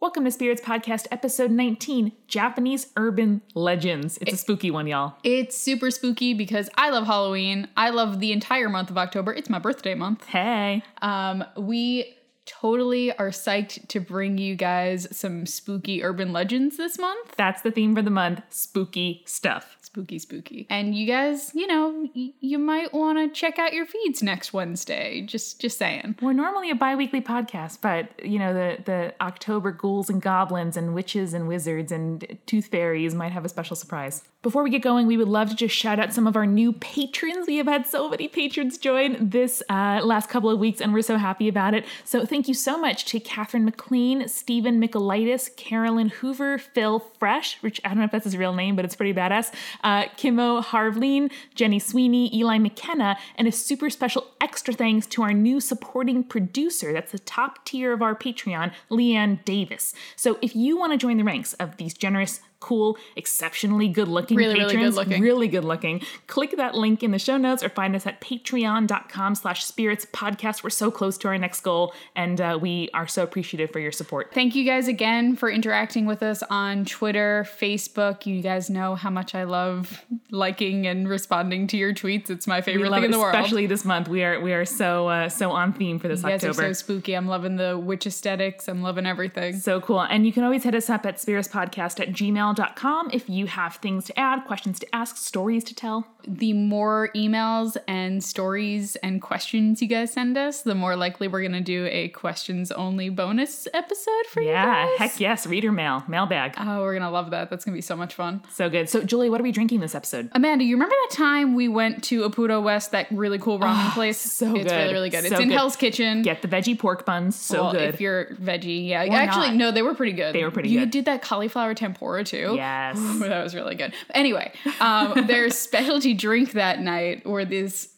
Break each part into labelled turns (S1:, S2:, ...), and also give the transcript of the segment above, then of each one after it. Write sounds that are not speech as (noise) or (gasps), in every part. S1: Welcome to Spirits Podcast, episode 19 Japanese Urban Legends. It's a spooky one, y'all.
S2: It's super spooky because I love Halloween. I love the entire month of October. It's my birthday month.
S1: Hey.
S2: Um, we totally are psyched to bring you guys some spooky urban legends this month.
S1: That's the theme for the month spooky stuff.
S2: Spooky, spooky. And you guys, you know, y- you might want to check out your feeds next Wednesday. Just, just saying.
S1: We're normally a bi weekly podcast, but you know, the, the October ghouls and goblins and witches and wizards and tooth fairies might have a special surprise. Before we get going, we would love to just shout out some of our new patrons. We have had so many patrons join this uh, last couple of weeks, and we're so happy about it. So thank you so much to Catherine McLean, Stephen Michaelitis, Carolyn Hoover, Phil Fresh, which I don't know if that's his real name, but it's pretty badass, uh, Kimmo Harvleen, Jenny Sweeney, Eli McKenna, and a super special extra thanks to our new supporting producer. That's the top tier of our Patreon, Leanne Davis. So if you want to join the ranks of these generous, cool, exceptionally good looking
S2: Really, really
S1: patrons,
S2: good-looking.
S1: really good looking, click that link in the show notes or find us at patreon.com slash spirits podcast. We're so close to our next goal and uh, we are so appreciative for your support.
S2: Thank you guys again for interacting with us on Twitter, Facebook. You guys know how much I love liking and responding to your tweets. It's my favorite
S1: We
S2: thing
S1: love
S2: in
S1: it,
S2: the world.
S1: especially this month. We are we are so uh, so on theme for this
S2: You guys
S1: October.
S2: are so spooky. I'm loving the witch aesthetics. I'm loving everything.
S1: So cool. And you can always hit us up at spiritspodcast at gmail.com if you have things to add, questions to ask, stories to tell.
S2: The more emails and stories and questions you guys send us, the more likely we're going to do a questions only bonus episode for
S1: Yeah,
S2: you guys.
S1: heck yes, reader mail, mailbag.
S2: Oh, we're going to love that. That's going to be so much fun.
S1: So good. So Julie, what are we drinking this episode?
S2: Amanda, you remember that time we went to Aputo West, that really cool ramen place?
S1: Ah, so
S2: It's
S1: good.
S2: really, really good. It's
S1: So
S2: in
S1: good.
S2: Hell's Kitchen.
S1: Get the veggie pork buns. So
S2: Well,
S1: good.
S2: If you're veggie, yeah.
S1: Or
S2: Actually,
S1: not.
S2: no, they were pretty good. They
S1: were pretty
S2: you
S1: good.
S2: did that cauliflower tempura too.
S1: Yes.
S2: Ooh, (laughs) that was really good. Anyway, (laughs) um, their specialty drink that night were these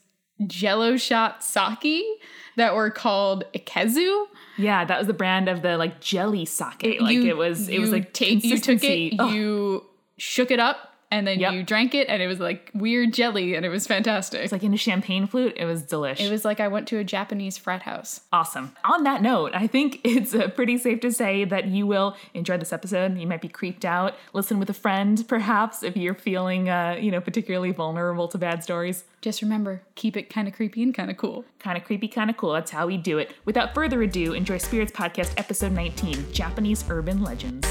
S2: jello shot sake that were called ikezu.
S1: Yeah, that was the brand of the like jelly sake. like
S2: You-
S1: it was it
S2: you
S1: was like
S2: ta- you took it,
S1: consistency. Oh, Ugh.
S2: you shook it up, and then
S1: Yep.
S2: you drank it, and it was like weird jelly, and it was fantastic.
S1: It's like in a champagne flute. It was delish.
S2: it was like I went to a Japanese frat house.
S1: awesome. On that note, I think (laughs) it's uh, pretty safe to say that you will enjoy this episode. You might be creeped out. Listen with a friend, (laughs) perhaps, if you're feeling, uh, you know, particularly vulnerable to bad stories.
S2: Just remember, keep it kind of creepy and kind of cool.
S1: Kind of creepy, kind of cool. That's how we do it. Without further ado, enjoy Spirits Podcast episode 19 Japanese Urban Legends.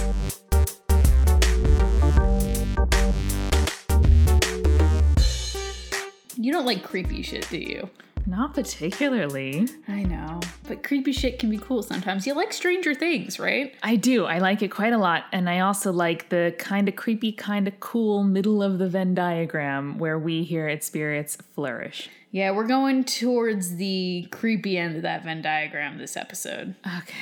S2: You don't like creepy shit, do you?
S1: Not particularly.
S2: I know, but creepy shit can be cool sometimes. You like Stranger Things, right?
S1: I do. I like it quite a lot. And I also like the kind of creepy, kind of cool middle of the Venn diagram where we here at Spirits flourish.
S2: Yeah, we're going towards the creepy end of that Venn diagram this episode
S1: Okay.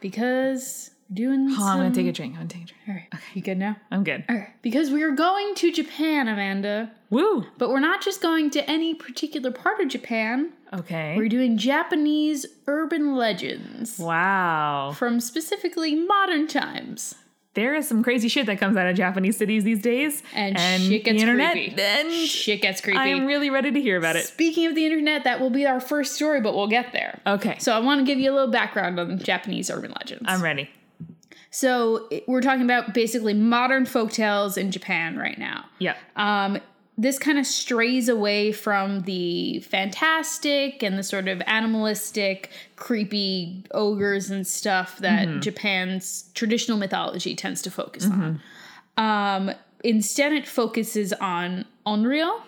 S2: because we're doing.
S1: Oh, I'm
S2: some...
S1: going to take a drink. I'm going to take a drink.
S2: All right, you good now?
S1: I'm good.
S2: All right, because we are going to Japan, Amanda,
S1: Woo.
S2: but we're not just going to any particular part of Japan.
S1: Okay.
S2: We're doing Japanese urban legends
S1: Wow.
S2: from specifically modern times.
S1: There is some crazy shit that comes out of Japanese cities these days.
S2: And shit
S1: the
S2: gets
S1: internet.
S2: creepy.
S1: And
S2: Shit gets creepy.
S1: I'm really ready to hear about it.
S2: Speaking of the internet, that will be our first story, but we'll get there.
S1: Okay. So
S2: So I want to give you a little background on Japanese urban legends.
S1: I'm ready.
S2: so it- we're talking about basically modern folktales in Japan right now.
S1: Yeah.
S2: Um, this kind of strays away from the fantastic and the sort of animalistic, creepy ogres and stuff that Japan's traditional mythology tends to focus on. Um, instead, it focuses on onryo,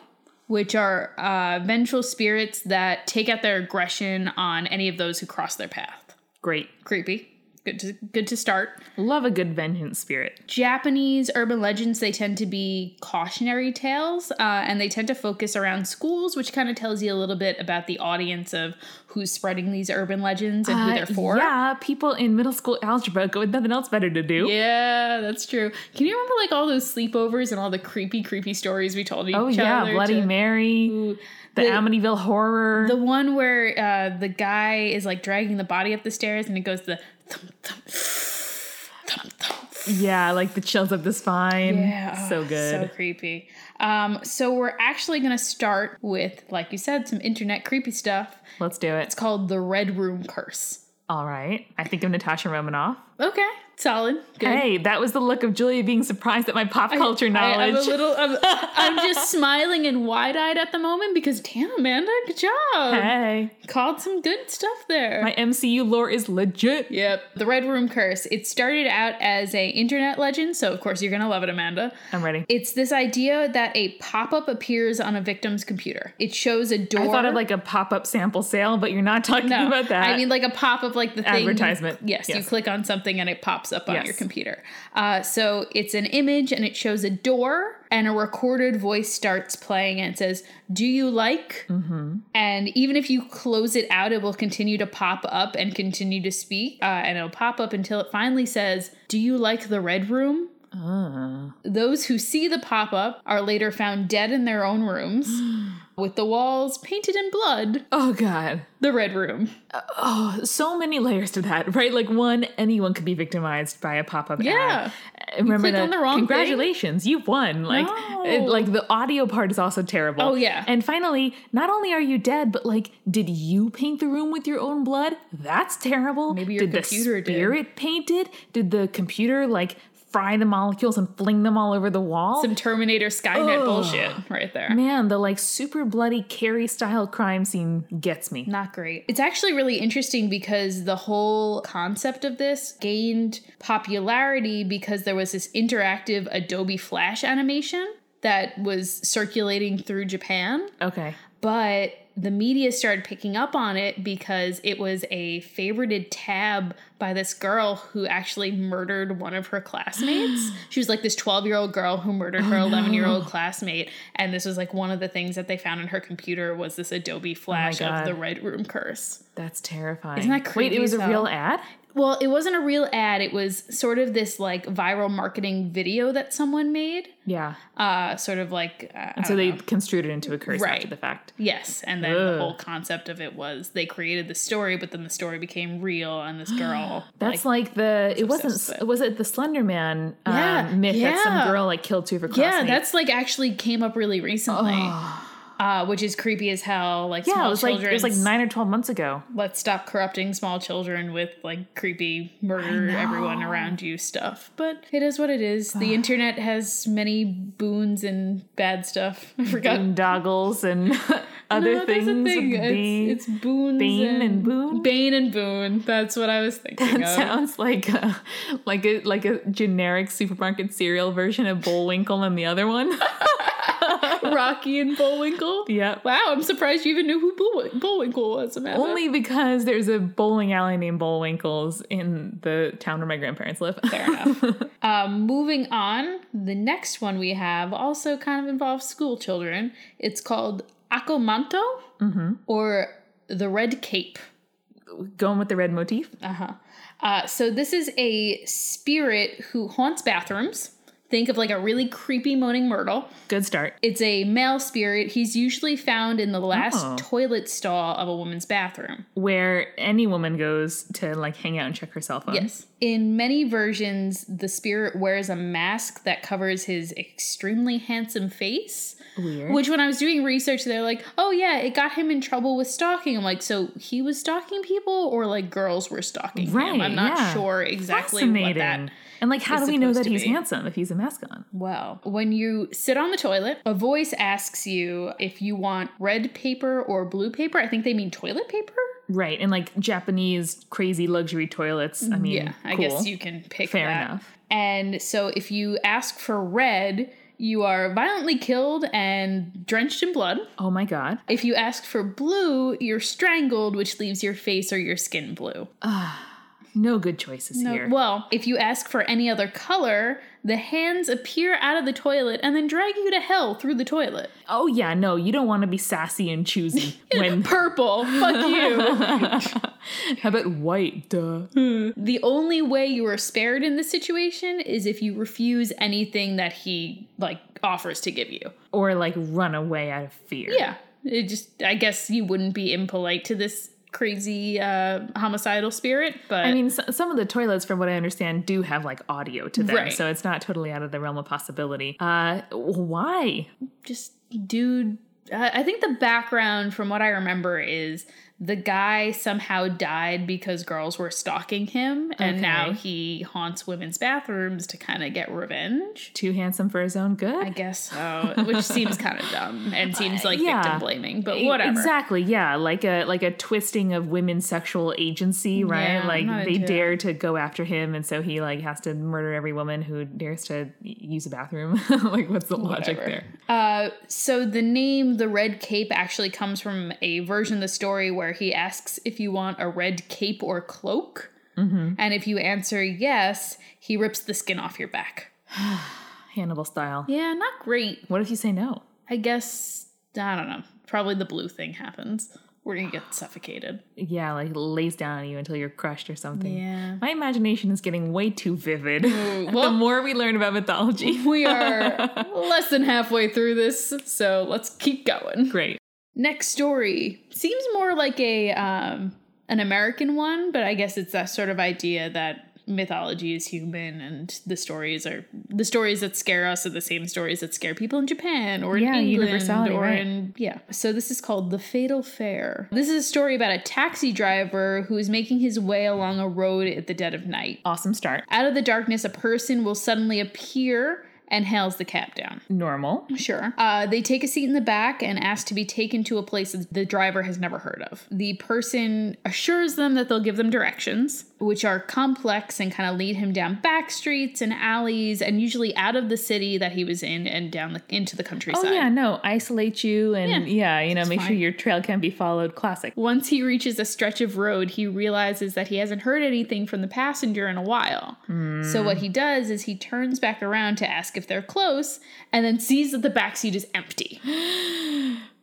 S2: which are uh, vengeful spirits that take out their aggression on any of those who cross their path.
S1: Great.
S2: Creepy. Good to good to start.
S1: Love a good vengeance spirit.
S2: Japanese urban legends, they tend to be cautionary tales uh, and they tend to focus around schools, which kind of tells you a little bit about the audience of who's spreading these urban legends and who
S1: Uh,
S2: they're for.
S1: Yeah. People in middle school algebra go with nothing else better to do.
S2: Yeah, that's true. Can you remember like all those sleepovers and all the creepy, creepy stories we told each
S1: Oh
S2: other?
S1: yeah, Bloody
S2: to-
S1: Mary, the,
S2: the-
S1: Amityville Horror.
S2: The one where uh, the guy is like dragging the body up the stairs and it goes the thump, thump, thump, thump,
S1: yeah, like the chills up the spine.
S2: Yeah.
S1: so
S2: ugh,
S1: good.
S2: So creepy. Um, so we're actually going to start with, like you said, some internet creepy stuff.
S1: Let's do it.
S2: It's called the Red Room Curse.
S1: All right. I think of Natasha Romanoff.
S2: Okay, solid. Good.
S1: Hey, that was the look of Julia being surprised at my pop culture knowledge.
S2: I, am a little.
S1: (laughs)
S2: I'm, I'm just smiling and wide-eyed at the moment because damn, Amanda, good job.
S1: hey,
S2: Called some good stuff there.
S1: my MCU lore is legit.
S2: Yep. The Red Room Curse. It started out as a internet legend, so of course you're gonna love it, Amanda.
S1: I'm ready.
S2: It's this idea that a pop-up appears on a victim's computer. It shows a door.
S1: I thought of like a pop up sample sale, but you're not (laughs) talking
S2: No,
S1: about that.
S2: I mean like a pop-up like the thing you-
S1: Advertisement.
S2: yes, you
S1: Yes.
S2: click on something and it pops up on
S1: Yes.
S2: your computer. Uh, so it's an image and it shows a door and a recorded voice starts playing and it says, "Do you like?"
S1: Mm-hmm.
S2: And even if you close it out, it will continue to pop up and continue to speak, uh, and it'll pop up until it finally says, "Do you like the red room?" Those who see the pop up are later found dead in their own rooms (gasps) with the walls painted in blood.
S1: oh god.
S2: The Red Room.
S1: So many layers to that, right? Like one, anyone could be victimized by a pop up
S2: Yeah.
S1: ad. Remember
S2: click
S1: that?
S2: on the wrong thing.
S1: Congratulations, you've won. Like
S2: No.
S1: it- like the audio part is also terrible.
S2: Oh, yeah.
S1: And finally, not only are you dead, but like did you paint the room with your own blood? That's terrible.
S2: Maybe your
S1: did
S2: computer
S1: the
S2: did.
S1: spirit paint it? Did the computer like fry the molecules and fling them all over the wall?
S2: Some Terminator Skynet
S1: Ugh.
S2: bullshit right there.
S1: Man, the like super bloody Carrie style crime scene gets me.
S2: Not great. It's actually really interesting because the whole concept of this gained popularity because there was this interactive Adobe Flash animation that was circulating through Japan.
S1: Okay.
S2: but the media started picking up on it because it was a favorited tab by this girl who actually murdered one of her classmates. she was like this 12 year old girl who murdered her 11 year old classmate. And this was like one of the things that they found in her computer was this Adobe Flash of
S1: God.
S2: the Red Room curse.
S1: That's terrifying.
S2: Isn't that
S1: Wait,
S2: creepy
S1: it was
S2: as
S1: a
S2: hell?
S1: real ad?
S2: Well, it wasn't a real ad, it was sort of this like viral marketing video that someone made.
S1: Yeah.
S2: Uh, sort of like. Uh, I
S1: So
S2: don't
S1: they
S2: know.
S1: construed it into a curse
S2: Right.
S1: after the fact.
S2: Yes, and then the
S1: Ugh.
S2: whole concept of it was they created the story, but then the story became real,
S1: (gasps)
S2: and this girl
S1: That's like, the it wasn't
S2: obsessed with.
S1: was it the Slender Man um,
S2: Yeah,
S1: myth that
S2: yeah.
S1: some girl like killed two of her classmates?
S2: yeah, that's like actually came up really recently, uh, which is creepy as hell. Like
S1: yeah.
S2: small
S1: It was like it was like
S2: children's-
S1: nine or twelve months
S2: (laughs)
S1: ago.
S2: Let's stop corrupting small children with like creepy murder everyone around you stuff. But it is what it is. The internet has many boons and bad stuff. I forgot
S1: And doggles and (laughs) other
S2: No,
S1: things.
S2: that's a thing.
S1: being- (laughs)
S2: It's, it's boons.
S1: Bane and boon?
S2: Bane and boon. That's what I was thinking
S1: That
S2: of.
S1: sounds like a, like a like a generic supermarket cereal version of Bullwinkle and the other
S2: (laughs)
S1: one.
S2: Rocky and (laughs) Bullwinkle.
S1: yep.
S2: Wow, I'm surprised you even knew who Bull- Bullwinkle was, Amanda. (laughs)
S1: Only because there's a bowling alley named Bullwinkles in the town where my grandparents live.
S2: Fair enough. (laughs) um, moving on, the next one we have also kind of involves school children. It's called Acomanto Mm-hmm. or the Red Cape.
S1: Going with the red motif.
S2: Uh-huh. Uh, so this is a spirit who haunts bathrooms. Think of like a really creepy moaning myrtle.
S1: Good start.
S2: It's a male spirit. He's usually found in the last
S1: Oh.
S2: toilet stall of a woman's bathroom.
S1: Where any woman goes to like hang out and check her cell phone.
S2: Yes. In many versions, the spirit wears a mask that covers his extremely handsome face.
S1: Weird.
S2: Which, when I was doing research, they're like, oh, yeah, it got him in trouble with stalking. I'm like, so he was stalking people or like girls were stalking him?
S1: Right,
S2: I'm not
S1: yeah.
S2: sure exactly what
S1: Fascinating.
S2: that.
S1: and like, how do
S2: is
S1: we know
S2: supposed
S1: that
S2: to
S1: he's
S2: be.
S1: handsome if he's a mask on?
S2: Well, when you sit on the toilet, a voice asks you if you want red paper or blue paper. I think they mean toilet paper.
S1: Right. And like Japanese crazy luxury toilets. I mean,
S2: Mm, yeah, I
S1: cool.
S2: guess you can pick
S1: Fair
S2: that.
S1: enough.
S2: And so if you ask for red, you are violently killed and drenched in blood.
S1: Oh my god.
S2: If you ask for blue, you're strangled, which leaves your face or your skin blue.
S1: No good choices
S2: No-
S1: here.
S2: well, if you ask for any other color, the hands appear out of the toilet and then drag you to hell through the toilet.
S1: Oh yeah, no, you don't want to be sassy and
S2: (laughs)
S1: choosy when (laughs)
S2: Purple, fuck you. (laughs)
S1: How about white? Duh.
S2: The only way you are spared in this situation is if you refuse anything that he like offers to give you.
S1: Or like run away out of fear.
S2: Yeah. It just I guess you wouldn't be impolite to this crazy uh homicidal spirit, but
S1: I mean, so, some of the toilets, from what I understand, do have like audio to them,
S2: Right.
S1: so it's not totally out of the realm of possibility. Uh, why?
S2: just dude I I think the background from what I remember is the guy somehow died because girls were stalking him, and
S1: Okay.
S2: now he haunts women's bathrooms to kind of get revenge.
S1: Too handsome for his own good.
S2: I guess so, which seems
S1: (laughs)
S2: kind of dumb and seems like
S1: Uh, yeah.
S2: victim blaming, but
S1: E-
S2: whatever.
S1: Exactly. Yeah, like a like a twisting of women's sexual agency, right?
S2: Yeah, I'm
S1: like
S2: not
S1: they
S2: into
S1: dare to go after him, and so he like has to murder every woman who dares to y- use a bathroom. (laughs) like, what's the logic
S2: Whatever.
S1: there?
S2: Uh, so the name the red cape actually comes from a version of the story where he asks if you want a red cape or cloak
S1: Mm-hmm.
S2: and if you answer yes he rips the skin off your back
S1: (sighs) Hannibal style.
S2: yeah not great
S1: What if you say no?
S2: i guess i don't know probably the blue thing happens where you get suffocated
S1: Yeah, like lays down on you until you're crushed or something.
S2: yeah
S1: My imagination is getting way too vivid. (laughs) the
S2: well-
S1: more we learn about (laughs) mythology,
S2: we (laughs) are less than halfway through this so let's keep going
S1: great.
S2: Next story seems more like a um, an American one, but I guess it's that sort of idea that mythology is human and the stories are the stories that scare us are the same stories that scare people in Japan or in
S1: Yeah,
S2: England
S1: universality,
S2: or
S1: right.
S2: in yeah. So this is called The Fatal Fair. This is a story about a taxi driver who is making his way along a road at the dead of night.
S1: Awesome start.
S2: Out of the darkness, a person will suddenly appear and hails the cab down.
S1: Normal.
S2: Sure. Uh, they take a seat in the back and ask to be taken to a place that the driver has never heard of. The person assures them that they'll give them directions, which are complex and kind of lead him down back streets and alleys, and usually out of the city that he was in and down the, into the countryside.
S1: Oh yeah, no, isolate you and yeah, you know, make sure
S2: fine.
S1: your trail can be followed. Classic.
S2: Once he reaches a stretch of road, he realizes that he hasn't heard anything from the passenger in a while. So, what he does is he turns back around to ask if they're close and then sees that the back seat is empty.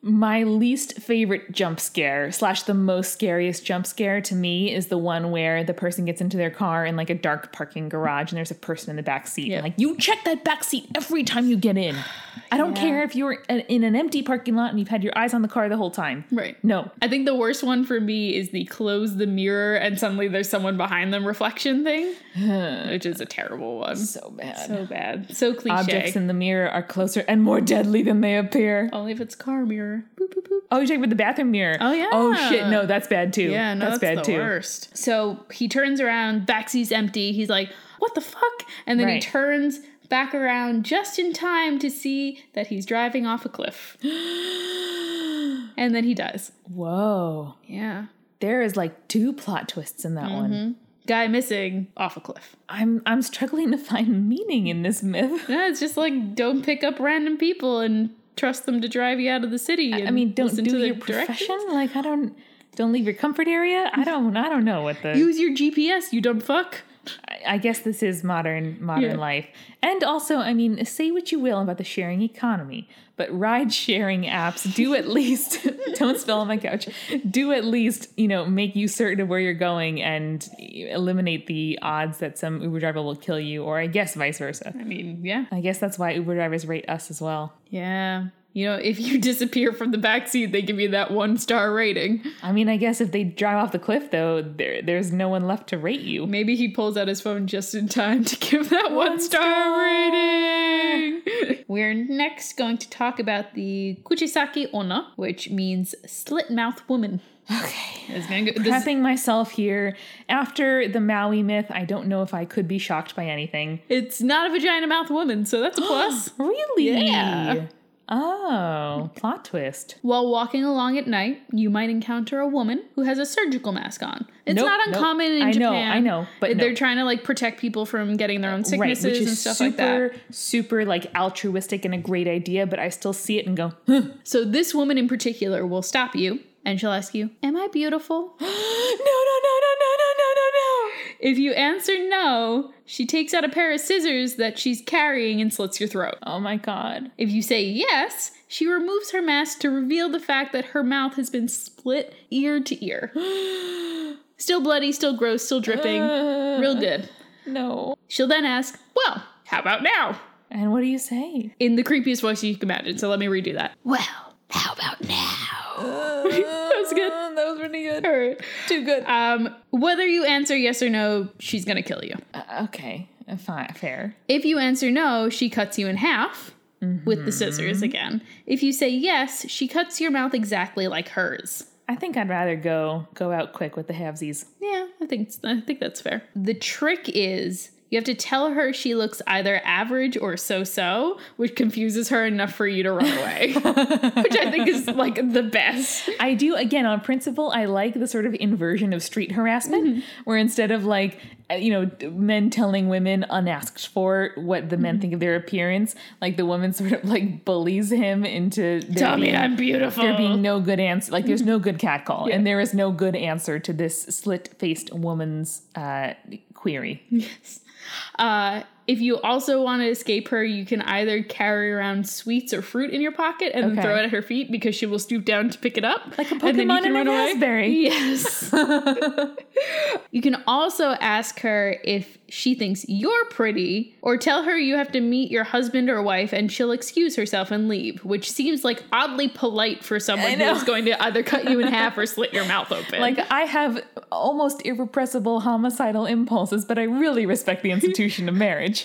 S1: My least favorite jump scare, slash the most scariest jump scare to me, is the one where the person gets into their car in like a dark parking garage and there's a person in the back seat.
S2: Yeah.
S1: Like, you check that back seat every time you get in. I (sighs) don't care if you're a- in an empty parking lot and you've had your eyes on the car the whole time.
S2: Right.
S1: (laughs) No.
S2: I think the worst one for me is the close the mirror and suddenly there's someone behind them reflection thing, which is a terrible one. So,
S1: So bad.
S2: bad. So cliche.
S1: Objects in the mirror are closer and more deadly than they appear.
S2: Only if it's car mirror. Boop, boop, boop.
S1: Oh, you check with the bathroom mirror.
S2: Oh, yeah.
S1: Oh shit, no, that's bad too.
S2: Yeah, no, that's,
S1: bad
S2: the
S1: too.
S2: worst. So he turns around, backseat's empty. He's like, what the fuck? And then he
S1: Right.
S2: turns back around just in time to see that he's driving off a (gasps) cliff. and then he dies.
S1: Whoa.
S2: Yeah.
S1: There is like two plot twists in that one.
S2: Mm-hmm. Guy missing off a cliff.
S1: I'm I'm struggling to find meaning in this myth.
S2: No, it's just like don't pick up random people and trust them to drive you out of the city.
S1: I
S2: and
S1: mean, don't
S2: listen
S1: do
S2: to the
S1: your profession.
S2: directions.
S1: Like I don't don't leave your comfort area. I don't I don't know what the
S2: Use your GPS, you dumb fuck.
S1: I- I guess this is modern modern
S2: Yeah.
S1: life. And also, I mean, say what you will about the sharing economy, but ride sharing apps do at least (laughs) don't spill on my couch. Do at least, you know, make you certain of where you're going and eliminate the odds that some Uber driver will kill you or I guess vice versa.
S2: I mean, yeah,
S1: I guess that's why Uber drivers rate us as well.
S2: yeah. You know, if you (laughs) disappear from the backseat, they give you that one star rating.
S1: I mean, I guess if they drive off the cliff, though, there there's no one left to rate
S2: (laughs)
S1: you.
S2: Maybe he pulls out his phone just in time to (laughs) give that one, star, rating. (laughs) We're next going to talk about the Kuchisaki Onna, which means slit mouth woman.
S1: Okay.
S2: It's gonna go, this
S1: Prepping myself here after the Maui myth, I don't know if I could be shocked by anything.
S2: it's not a vagina mouth woman, so
S1: (gasps)
S2: that's a plus.
S1: Really?
S2: Yeah.
S1: Oh, plot twist.
S2: While walking along at night, you might encounter a woman who has a surgical mask on. It's
S1: Nope,
S2: not
S1: nope.
S2: uncommon in
S1: I know,
S2: Japan.
S1: I know, but no.
S2: they're trying to like protect people from getting their own sicknesses
S1: right, which is
S2: and stuff like
S1: super,
S2: that.
S1: super like altruistic and a great idea, but I still see it and go, (gasps) huh,
S2: So this woman in particular will stop you and she'll ask you, "Am I beautiful?"
S1: no, no, no, no, no, no, no, no, no.
S2: if you answer no, she takes out a pair of scissors that she's carrying and slits your throat.
S1: Oh my god. (sighs)
S2: If you say yes, she removes her mask to reveal the fact that her mouth has been split ear
S1: (gasps)
S2: to ear. still bloody, still gross, still dripping.
S1: Uh,
S2: Real good.
S1: No.
S2: She'll then ask, Well, how about now?
S1: And what do you
S2: (laughs)
S1: say?
S2: In the creepiest voice you can imagine. So let me redo that. Well, how about now? (laughs)
S1: that
S2: Uh, was good.
S1: That was pretty good.
S2: All right.
S1: Too good.
S2: Um, whether you answer yes or no, she's gonna kill you.
S1: Uh, okay, uh, fine, fair.
S2: If you answer no, she cuts you in half Mm-hmm. with the scissors again. If you say yes, she cuts your mouth exactly like hers.
S1: I think I'd rather go go out quick with the halvesies.
S2: Yeah, I think I think that's fair. The trick is you have to tell her she looks either average or so-so, which confuses her enough for you to run
S1: (laughs)
S2: away, which I think is like the best.
S1: I do again on principle. I like the sort of inversion of street harassment,
S2: Mm-hmm.
S1: where instead of like uh, you know men telling women unasked for what the
S2: Mm-hmm.
S1: men think of their appearance, like the woman (laughs) sort of like bullies him into there
S2: Tell me
S1: being-
S2: I'm Mm-hmm. beautiful.
S1: there being no good answer. Like there's no good catcall, and there is no good answer to this slit-faced woman's uh, query.
S2: Uh, if you also want to escape her, you can either carry around sweets or fruit in your pocket and
S1: Okay.
S2: throw it at her feet because she will stoop down to pick it up.
S1: Like a
S2: and then you
S1: Pokemon
S2: can
S1: in a
S2: run away.
S1: raspberry.
S2: (laughs) Yes. you can also ask her if she thinks you're pretty or tell her you have to meet your husband or wife and she'll excuse herself and leave, which seems like oddly polite for someone who
S1: know.
S2: is going to either cut you in half (laughs) or slit your mouth open.
S1: Like I have almost irrepressible homicidal impulses, but I really respect
S2: (laughs)
S1: the institution of marriage.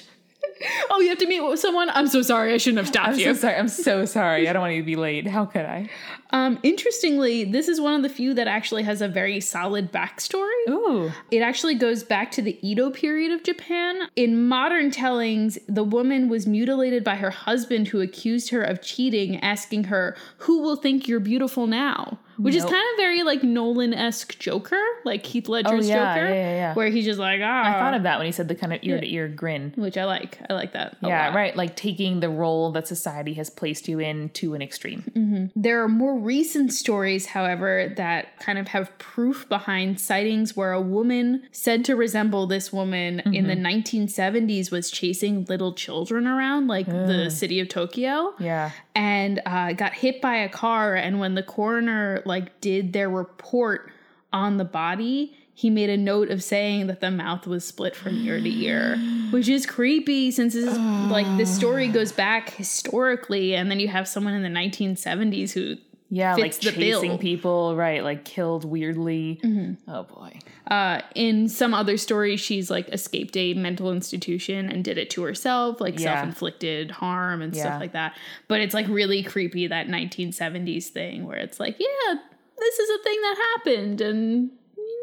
S2: oh, you have to meet with someone? I'm so sorry. I shouldn't have
S1: (laughs)
S2: stopped
S1: I'm so
S2: you.
S1: sorry. I'm so sorry. I don't want you to be late. How could I?
S2: Um, interestingly, this is one of the few that actually has a very solid backstory.
S1: Ooh.
S2: It actually goes back to the Edo period of Japan. In modern tellings, the woman was mutilated by her husband who accused her of cheating, asking her, Who will think you're beautiful now? Which is
S1: Nope.
S2: kind of very like Nolan esque Joker, like Heath Ledger's
S1: Oh, yeah,
S2: Joker,
S1: yeah, yeah, yeah.
S2: where he's just like, Ah,
S1: I thought of that when he said the kind of ear to ear grin.
S2: which I like. I like that. a
S1: Yeah,
S2: lot.
S1: right. Like taking the role that society has placed you in to an extreme.
S2: There are more recent stories, however, that kind of have proof behind sightings where a woman said to resemble this woman in the 1970s was chasing little children around, like the city of Tokyo,
S1: Yeah.
S2: and uh, got hit by a car. And when the coroner like did their report on the body, he made a note of saying that the mouth was split from ear to ear, which is creepy since this is, like this story goes back historically, and then you have someone in the 1970s who
S1: Yeah,
S2: Fits the
S1: like chasing
S2: bill.
S1: people, right? Like killed weirdly. Oh boy.
S2: uh, in some other story, she's like escaped a mental institution and did it to herself, like
S1: Yeah.
S2: self inflicted harm and
S1: Yeah.
S2: stuff like that. But it's like really creepy that 1970s thing where it's like, yeah, this is a thing that happened and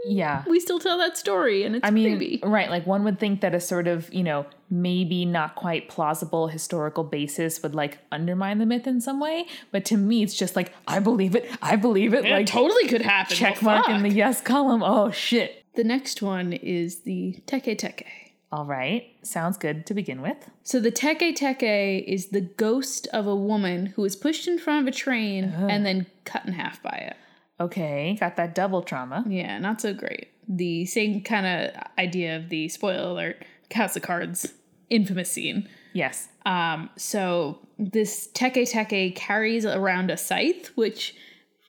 S1: Yeah.
S2: we still tell that story and it's
S1: I mean,
S2: creepy.
S1: right, like one would think that a sort of, you know, maybe not quite plausible historical basis would like undermine the myth in some way, but to me it's just like I believe it. I believe it.
S2: Like,
S1: like
S2: totally could happen.
S1: check
S2: Well,
S1: mark in the
S2: fuck.
S1: yes column. Oh shit.
S2: The next one is the teke teke.
S1: All right. Sounds good to begin with.
S2: So the teke teke is the ghost of a woman who was pushed in front of a train and then cut in half by it.
S1: Okay. Got that double trauma.
S2: Yeah, not so great. The same kind of idea of the spoiler alert House of Cards infamous scene.
S1: Yes.
S2: Um, so this teke teke carries around a scythe, which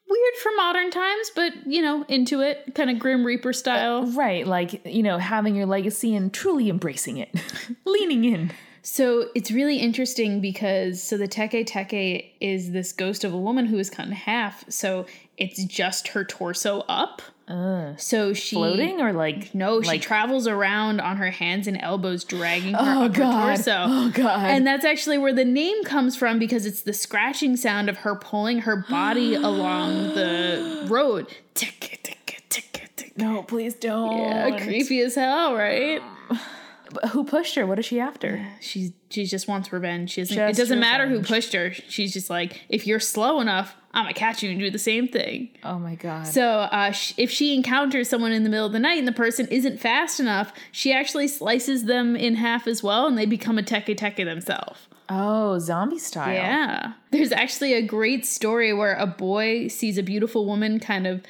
S2: weird for modern times, but you know, into it kind of grim reaper style.
S1: Right. Like, you know, having your legacy and truly embracing it, (laughs) leaning in.
S2: So it's really interesting because so the teke teke is this ghost of a woman who is cut in half. So it's just her torso up.
S1: Uh,
S2: So she
S1: floating or like.
S2: No, she
S1: Like-
S2: travels around on her hands and elbows, dragging her
S1: Oh,
S2: upper
S1: God.
S2: torso.
S1: Oh, God.
S2: And that's actually where the name comes from because it's the scratching sound of her pulling her
S1: (gasps)
S2: body along the road. Tick, tick, tick, tick.
S1: no, please don't.
S2: Yeah, creepy as hell, right?
S1: But Who pushed her? What is she after?
S2: She's she just wants revenge. She doesn't, it
S1: Just
S2: doesn't matter who pushed her. She's just like, if you're slow enough, I'm gonna catch you and do the same thing.
S1: Oh, my God.
S2: So, uh, sh- if she encounters someone in the middle of the night and the person isn't fast enough, she actually slices them in half as well, and they become a teke teke themselves.
S1: oh, zombie style.
S2: Yeah. There's actually a great story where a boy sees a beautiful woman kind of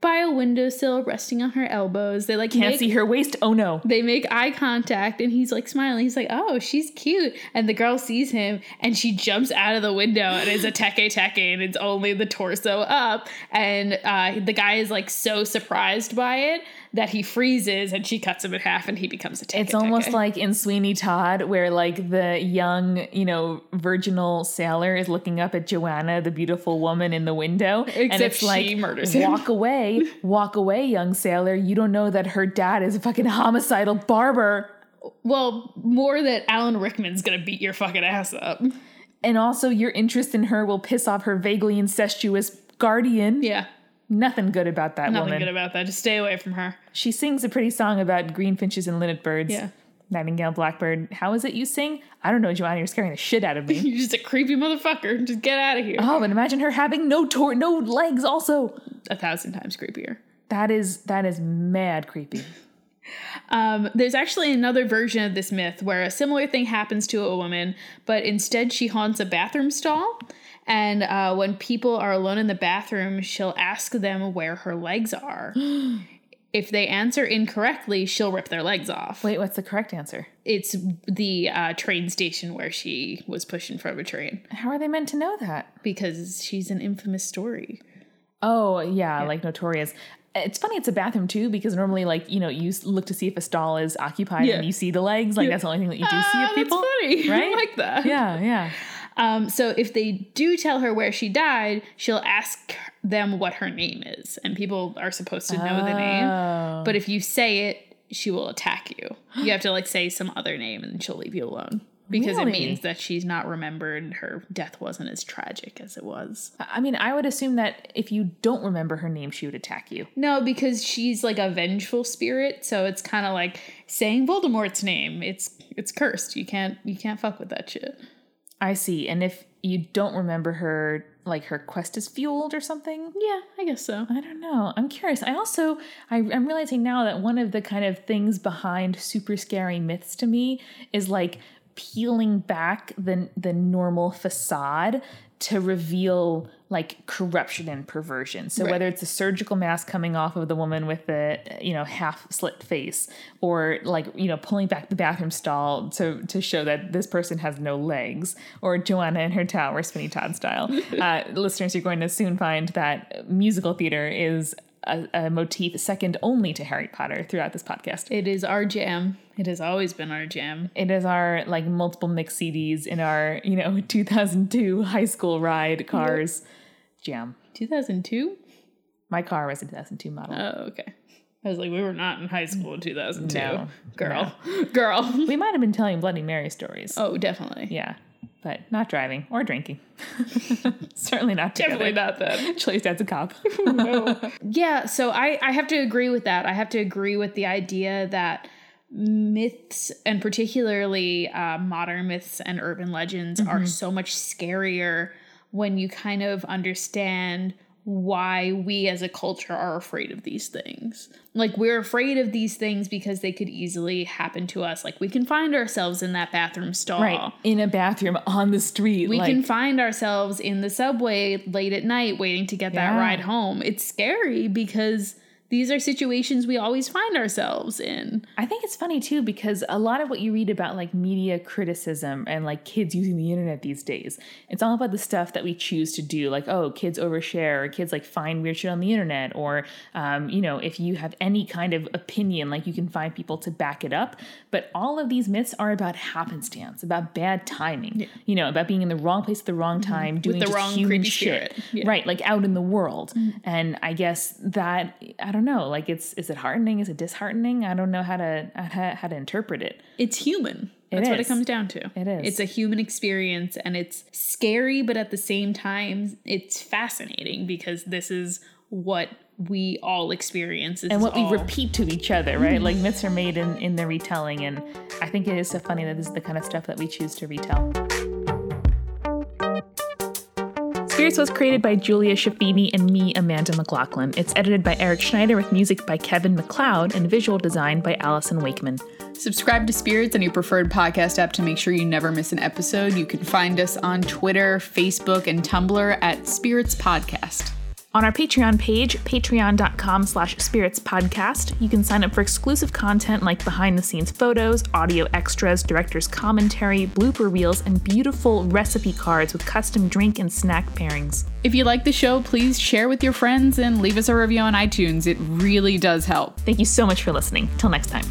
S2: by a windowsill resting on her elbows. They like
S1: Can't
S2: make-
S1: see her waist. Oh, no.
S2: they make eye contact and he's like smiling. He's like, Oh, she's cute. And the girl sees him and she jumps out of the window and is a teke teke and it's only the torso up. And uh, the guy is like so surprised by it that he freezes and she cuts him in half and he becomes a teke
S1: It's almost like in Sweeney Todd, where like the young, you know, virginal sailor is looking up at Joanna, the beautiful woman in the window, and
S2: Except
S1: it's like,
S2: she murders him.
S1: walk away, walk away, young sailor. You don't know that her dad is a fucking homicidal barber,
S2: well, more that Alan Rickman's gonna beat your fucking ass up.
S1: and also your interest in her will piss off her vaguely incestuous guardian.
S2: Yeah.
S1: Nothing good about that
S2: Nothing
S1: woman.
S2: good about that. Just stay away from her. (laughs)
S1: she sings a pretty song about greenfinches and linnet birds.
S2: Yeah.
S1: Nightingale, blackbird. How is it you sing? I don't know, Joanna. You're scaring the shit out of
S2: (laughs)
S1: me.
S2: You're just a creepy motherfucker. Just get out of here.
S1: Oh, and imagine her having no tor- no legs. Also,
S2: A thousand times creepier.
S1: that is that is mad creepy.
S2: Um, there's actually another version of this myth where a similar thing happens to a woman, but instead she haunts a bathroom stall. And uh, when people are alone in the bathroom, she'll ask them where her legs (gasps) are. if they answer incorrectly, she'll rip their legs off.
S1: Wait, what's the correct answer?
S2: It's the uh, train station where she was pushed in front of a train
S1: How are they meant to know that?
S2: because she's an infamous story.
S1: Oh yeah, like notorious. It's funny. It's a bathroom too, because normally, like you know, you s- look to see if a stall is occupied
S2: Yeah.
S1: and you see the legs. Like
S2: Yeah.
S1: that's the only thing that you do see
S2: Ah,
S1: of people.
S2: That's funny. (laughs)
S1: right?
S2: I like that.
S1: Yeah, yeah.
S2: Um, so if they do tell her where she died, she'll ask them what her name is, and people are supposed to know the name.
S1: Oh.
S2: But if you say it, she will attack you. You have to like say some other name, and she'll leave you alone because
S1: Really?
S2: it means that she's not remembered. and Her death wasn't as tragic as it was.
S1: I mean, I would assume that if you don't remember her name, she would attack you.
S2: No, because she's like a vengeful spirit, so it's kind of like saying Voldemort's name. It's it's cursed. You can't you can't fuck with that shit.
S1: I see. And if you don't remember her, like her quest is fueled or something.
S2: Yeah, I guess so.
S1: I don't know. I'm curious. I also I, I'm realizing now that one of the kind of things behind super scary myths to me is like peeling back the the normal facade to reveal like corruption and perversion. So
S2: Right.
S1: whether it's a surgical mask coming off of the woman with the you know half slit face or like you know pulling back the bathroom stall to to show that this person has no legs or Joanna in her tower spinny Todd style. uh, listeners you're going to soon find that musical theater is a, a motif second only to Harry Potter throughout this podcast.
S2: It is our jam. It has always been our jam.
S1: It is our like multiple mix CDs in our, you know, (laughs) 2002 high school ride cars jam.
S2: 2002?
S1: My car was a 2002 model.
S2: Oh, okay. I was like, we were not in high school in 2002.
S1: No,
S2: Girl. (laughs) Girl.
S1: We might have been telling Bloody Mary stories.
S2: Oh, definitely.
S1: Yeah, but not driving or drinking. (laughs) Certainly not together.
S2: Definitely not that.
S1: Chloe's dad's a cop.
S2: Yeah, so I, I have to agree with that. I have to agree with the idea that myths, and particularly uh, modern myths and urban legends, are so much scarier when you kind of understand why we as a culture are afraid of these things. Like, we're afraid of these things because they could easily happen to us. Like, we can find ourselves in that bathroom stall.
S1: (laughs) right in a bathroom on the street.
S2: We
S1: like,
S2: can find ourselves in the subway late at night waiting to get that
S1: Yeah.
S2: ride home. It's scary because these are situations we always find ourselves in.
S1: I think it's funny too because a lot of what you read about like media criticism and like kids using the internet these days, it's all about the stuff that we choose to do. Like, oh, kids overshare, or kids like find weird shit on the internet, or um, you know, if you have any kind of opinion, like you can find people to back it up. But all of these myths are about happenstance, about bad timing, you know, about being in the wrong place at the wrong time, doing
S2: Mm-hmm. the
S1: just
S2: wrong
S1: human
S2: creepy
S1: shit,
S2: spirit. Yeah.
S1: right? Like out in the world. And I guess that I don't know. Like, it's is it heartening? Is it disheartening? I don't know how to (laughs) how, how to interpret it.
S2: It's human. That's what it
S1: is.
S2: comes down to.
S1: It is.
S2: It's a human experience and it's scary, but at the same time, it's fascinating because this is what we all experience. This
S1: And
S2: is
S1: what we
S2: all-
S1: repeat to each other, right? Like myths are made in, in the retelling, and I think it is so funny that this is the kind of stuff that we choose to retell. Spirits was created by Julia Shafini and me, Amanda McLaughlin. It's edited by Eric Schneider with music by Kevin McLeod and visual design by Allison Wakeman.
S3: Subscribe to Spirits on your preferred podcast app to make sure you never miss an episode. You can find us on Twitter, Facebook, and Tumblr at Spirits Podcast.
S1: On our Patreon page, patreon.com slash spiritspodcast, you can sign up for exclusive content like behind-the-scenes photos, audio extras, director's commentary, blooper reels, and beautiful recipe cards with custom drink and snack pairings.
S3: If you like the show, please share with your friends and leave us a review on iTunes. It really does help.
S1: Thank you so much for listening. Till next time.